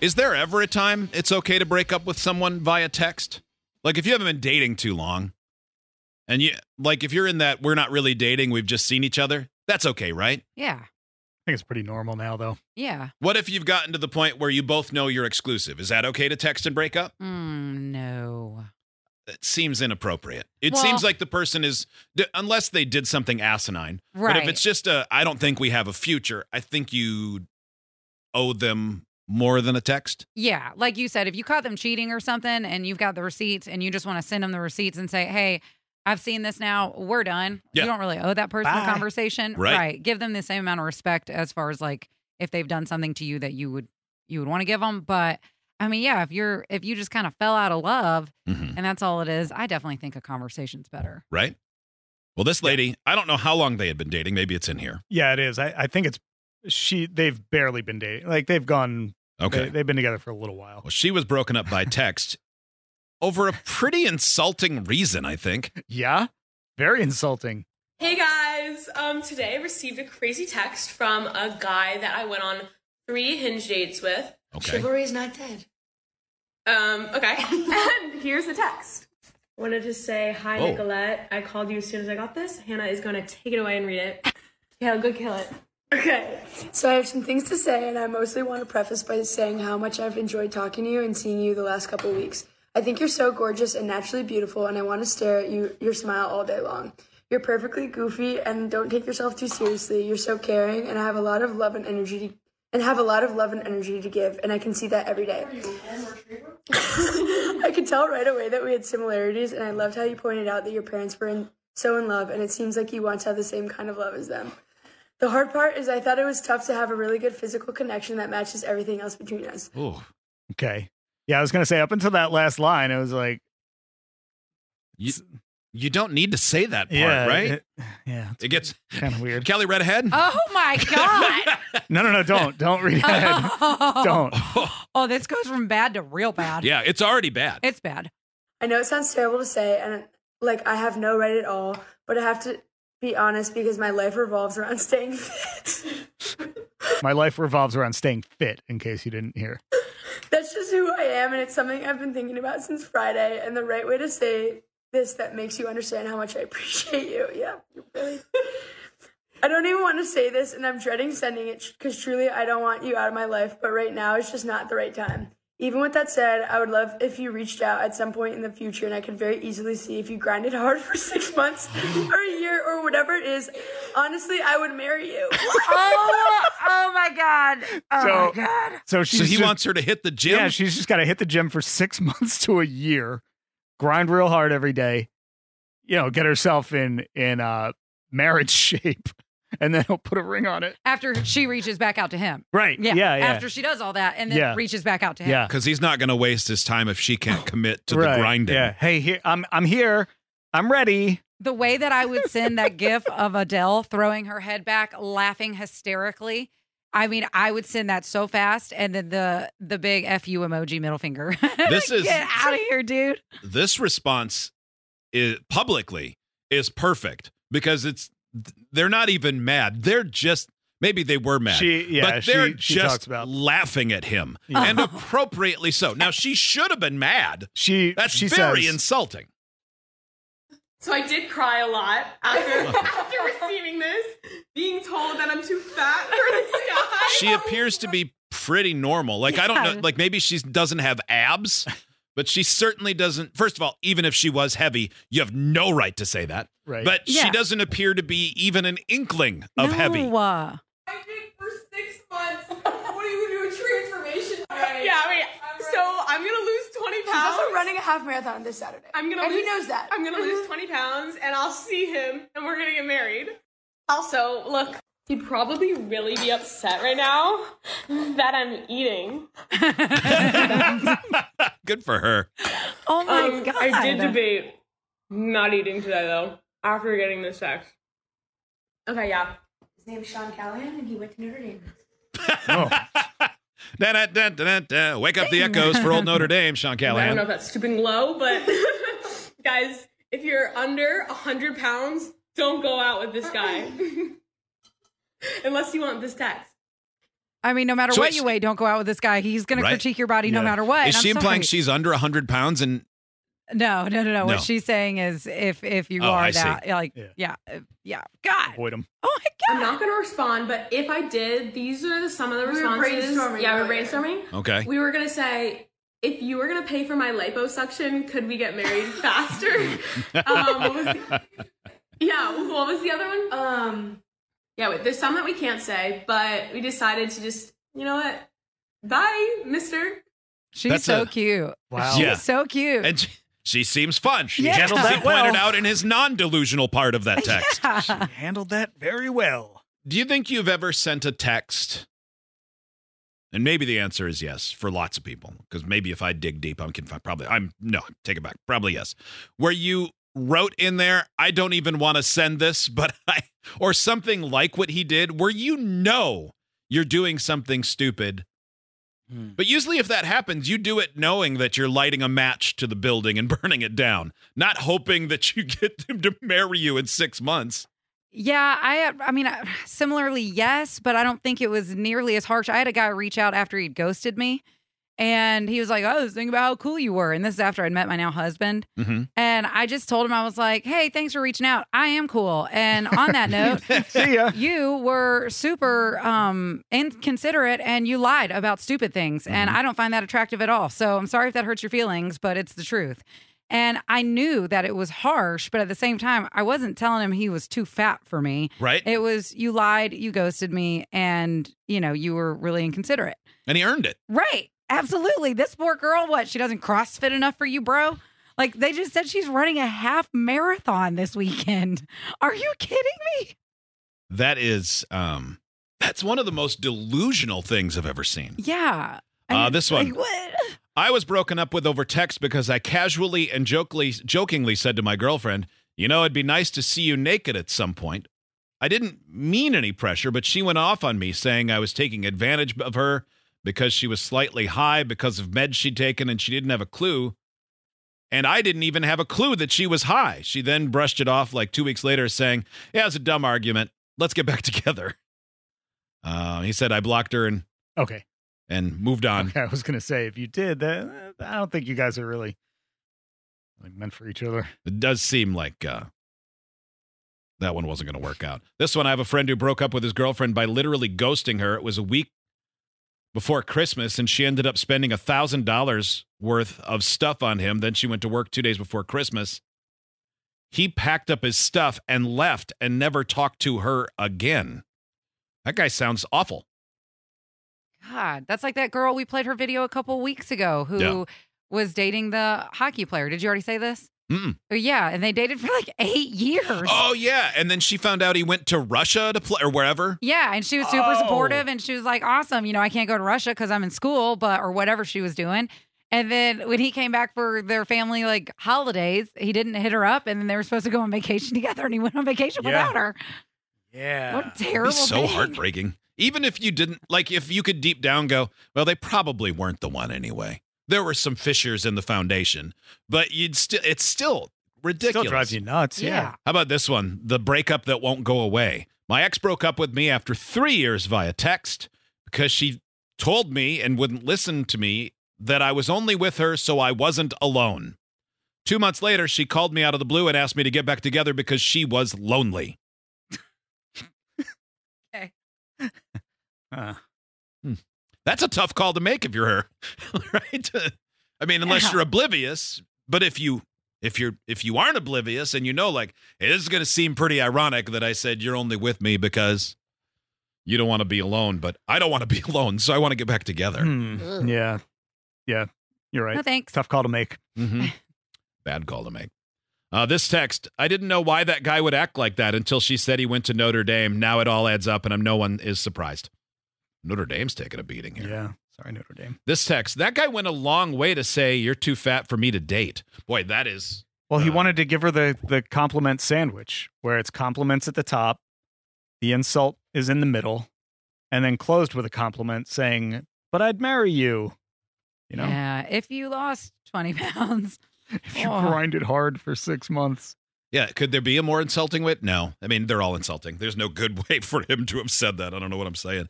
Is there ever a time it's okay to break up with someone via text? Like if you haven't been dating too long, and you like if you're in that we're not really dating, we've just seen each other. That's okay, right? Yeah. think it's pretty normal now, though. Yeah. What if you've gotten to the point where you both know you're exclusive? Is that okay to text and break up? Mm, no. It seems inappropriate. It Well- seems like the person is d- unless they did something asinine. Right. But if it's just a I don't think we have a future, I think you owe them more than a text. yeah, like you said, if you caught them cheating or something and you've got the receipts and you just want to send them the receipts and say, "Hey, I've seen this now. We're done." Yeah. You don't really owe that person Bye. a conversation, Right. Give them the same amount of respect as far as like if they've done something to you that you would you would want to give them, but I mean, yeah, if you're if you just kind of fell out of love Mm-hmm. and that's all it is, I definitely think a conversation's better. right? Well, this lady, I don't know how long they had been dating. Maybe it's in here. Yeah, it is. I, I think it's she. They've barely been dating. Like they've gone. Okay. They, they've been together for a little while. well, she was broken up by text over a pretty insulting reason, I think. Yeah, very insulting. Hey guys, um, today I received a crazy text from a guy that I went on three hinge dates with. Okay. Chivalry's not dead. Um, okay. and here's the text. Wanted to say, hi, Whoa. Nicolette. I called you as soon as I got this. Hannah is going to take it away and read it. Yeah, go kill it. Okay, so I have some things to say, and I mostly want to preface by saying how much I've enjoyed talking to you and seeing you the last couple weeks. I think you're so gorgeous and naturally beautiful, and I want to stare at you, your smile all day long. You're perfectly goofy, and don't take yourself too seriously. You're so caring, and I have a lot of love and energy to, and have a lot of love and energy to give, and I can see that every day. I could tell right away that we had similarities, and I loved how you pointed out that your parents were in, so in love, and it seems like you want to have the same kind of love as them. The hard part is I thought it was tough to have a really good physical connection that matches everything else between us. Oh, Okay. Yeah, I was gonna say up until that last line, I was like, you, you don't need to say that part, yeah, right? It, it- yeah, it's gets kind of weird. Kelly Redhead. Oh my god. No, no, no, don't, don't read ahead. don't. Oh, this goes from bad to real bad. yeah, it's already bad. It's bad. I know it sounds terrible to say, and like I have no right at all, but I have to be honest because my life revolves around staying fit. My life revolves around staying fit. In case you didn't hear. That's just who I am, and it's something I've been thinking about since Friday. And the right way to say this that makes you understand how much I appreciate you. Yeah, you really. I don't even want to say this, and I'm dreading sending it because truly I don't want you out of my life, but right now it's just not the right time. Even with that said, I would love if you reached out at some point in the future, and I could very easily see if you grinded hard for six months or a year or whatever it is. Honestly, I would marry you. Oh, oh my god. Oh So- my god. So she's So he just- wants her to hit the gym. Yeah, she's just got to hit the gym for six months to a year, grind real hard every day, you know, get herself in in uh, marriage shape, and then he'll put a ring on it. After she reaches back out to him. Right? Yeah. Yeah. Yeah. After she does all that and then Yeah. reaches back out to him. yeah. because he's not going to waste his time if she can't commit to Right, the grinding. Yeah. Hey, here I'm. I'm here. I'm ready. The way that I would send that gif of Adele throwing her head back, laughing hysterically. I mean, I would send that so fast and then the the big FU emoji middle finger. This is- Get out of here, dude. this response is publicly is perfect because it's they're not even mad. They're just maybe they were mad. She- yeah, but they're she- she just talks about- laughing at him Yeah. and appropriately so. Now she should have been mad. She. That's she very says, insulting. So I did cry a lot after, after receiving this, being told that I'm too fat for this guy. She appears to be pretty normal. Like I don't know. Yeah. Like maybe she doesn't have abs, but she certainly doesn't. First of all, even if she was heavy, you have no right to say that. Right. But she Yeah. doesn't appear to be even an inkling of no. heavy. uh, I did for six months. What are you gonna do? A transformation? Right? Yeah, wait. So I'm going to lose 20 She's pounds. also running a half marathon this Saturday. I'm gonna. and lose, he knows that. I'm gonna lose 20 pounds, and I'll see him, and we're gonna get married. Also, look, he'd probably really be upset right now that I'm eating. Good for her. Oh my Um, god. I did debate not eating today though. After getting this text. Okay, yeah. His name's Sean Callahan, and he went to Notre Dame. Da, da, da, da, da, da. Wake up the echoes for old Notre Dame, Sean I don't know Callahan. if that's stooping low, but guys, if you're under 100 pounds, don't go out with this guy. Unless you want this text. I mean, no matter So what it's- you weigh, don't go out with this guy. He's going Right. to critique your body no Yeah. matter what. Is and she I'm implying sorry. she's under 100 pounds? And No, no, no, no. No. What she's saying is, if if you Oh, are I see. that, like, Yeah. yeah, yeah, uh, yeah. God, Avoid them. oh my I'm God. not gonna respond, but if I did, these are the, some of the We were responses. brainstorming yeah, we're earlier. brainstorming. okay. We were gonna say, if you were gonna pay for my liposuction, could we get married faster? um, what was the, yeah, what was the other Oh. one? Um, yeah, wait, there's some that we can't say, but we decided to just, you know what? Bye, Mister. She's That's so a- cute. Wow. She's Yeah. so cute. And she, she seems fun. She Yeah. handled that She pointed well. out in his non-delusional part of that text. Yeah. Handled that very well. Do you think you've ever sent a text? And maybe the answer is yes for lots of people, because maybe if I dig deep, I can find probably I'm no take it back probably yes, where you wrote in there I don't even want to send this, but I or something like what he did, where you know you're doing something stupid. Hmm. But usually, if that happens, you do it knowing that you're lighting a match to the building and burning it down, not hoping that you get them to marry you in six months. Yeah, I I mean I- similarly yes, but I don't think it was nearly as harsh. I had a guy reach out after he'd ghosted me and he was like, "Oh, this thing about how cool you were." And this is after I'd met my now husband. Mhm. And I just told him I was like, "Hey, thanks for reaching out. I am cool." And on that note, See ya. you were super um inconsiderate and you lied about stupid things and i don't find that attractive at all so i'm sorry if that hurts your feelings but it's the truth and i knew that it was harsh but at the same time i wasn't telling him he was too fat for me Right? it was you lied you ghosted me and you know you were really inconsiderate And he earned it. right absolutely this poor girl what she doesn't crossfit enough for you bro like they just said she's running a half marathon this weekend are you kidding me That is, um, that's one of the most delusional things I've ever seen. Yeah. I Uh, mean, this like, one. what? I was broken up with over text because I casually and jokingly, jokingly said to my girlfriend, "You know, it'd be nice to see you naked at some point." I didn't mean any pressure, but she went off on me, saying I was taking advantage of her because she was slightly high because of meds she'd taken and she didn't have a clue. And I didn't even have a clue that she was high. She then brushed it off like two weeks later, saying, Yeah, it's a dumb argument. Let's get back together. Uh, he said, I blocked her and, Okay. and moved on. Okay. I was gonna say if you did that, uh, I don't think you guys are really like meant for each other. It does seem like uh, that one wasn't going to work out. This one, I have a friend who broke up with his girlfriend by literally ghosting her. It was a week before Christmas, and she ended up spending a thousand dollars worth of stuff on him. Then she went to work two days before Christmas. He packed up his stuff and left, and never talked to her again. That guy sounds awful. God, that's like that girl we played her video a couple weeks ago who Yeah. was dating the hockey player. Did you already say this? Mm-mm. Oh, Yeah, and they dated for like eight years. Oh yeah, and then she found out he went to Russia to play or wherever. Yeah, and she was super Oh. supportive and she was like, awesome, you know, I can't go to Russia because I'm in school, but or whatever she was doing. And then when he came back for their family like holidays, he didn't hit her up and then they were supposed to go on vacation together and he went on vacation Yeah. without her. Yeah. What a It'd terrible be so thing. heartbreaking. Even if you didn't like, if you could deep down go, well, they probably weren't the one anyway. There were some fissures in the foundation, but you'd still, it's still ridiculous. Still drives you nuts. Yeah. Yeah. How about this one? The breakup that won't go away. My ex broke up with me after three years via text because she told me and wouldn't listen to me that I was only with her so I wasn't alone. Two months later, she called me out of the blue and asked me to get back together because she was lonely. Huh. That's a tough call to make if you're her, right? I mean, unless Yeah. you're oblivious. But if you if you're if you aren't oblivious and you know, like, hey, this is going to seem pretty ironic that I said you're only with me because you don't want to be alone, but I don't want to be alone, so I want to get back together. Hmm. Yeah. Yeah. You're right. No thanks. Tough call to make. Mm-hmm. Bad call to make. Uh, this text, I didn't know why that guy would act like that until she said he went to Notre Dame. Now it all adds up, and I'm no one is surprised. Notre Dame's taking a beating here. Yeah. Sorry, Notre Dame. This text, that guy went a long way to say you're too fat for me to date. Boy, that is Well, he Uh, wanted to give her the the compliment sandwich, where it's compliments at the top, the insult is in the middle, and then closed with a compliment saying, "But I'd marry you." You know, Yeah, if you lost 20 pounds. if you Oh. grind it hard for six months. Yeah, could there be a more insulting way? No. I mean, they're all insulting. There's no good way for him to have said that. I don't know what I'm saying.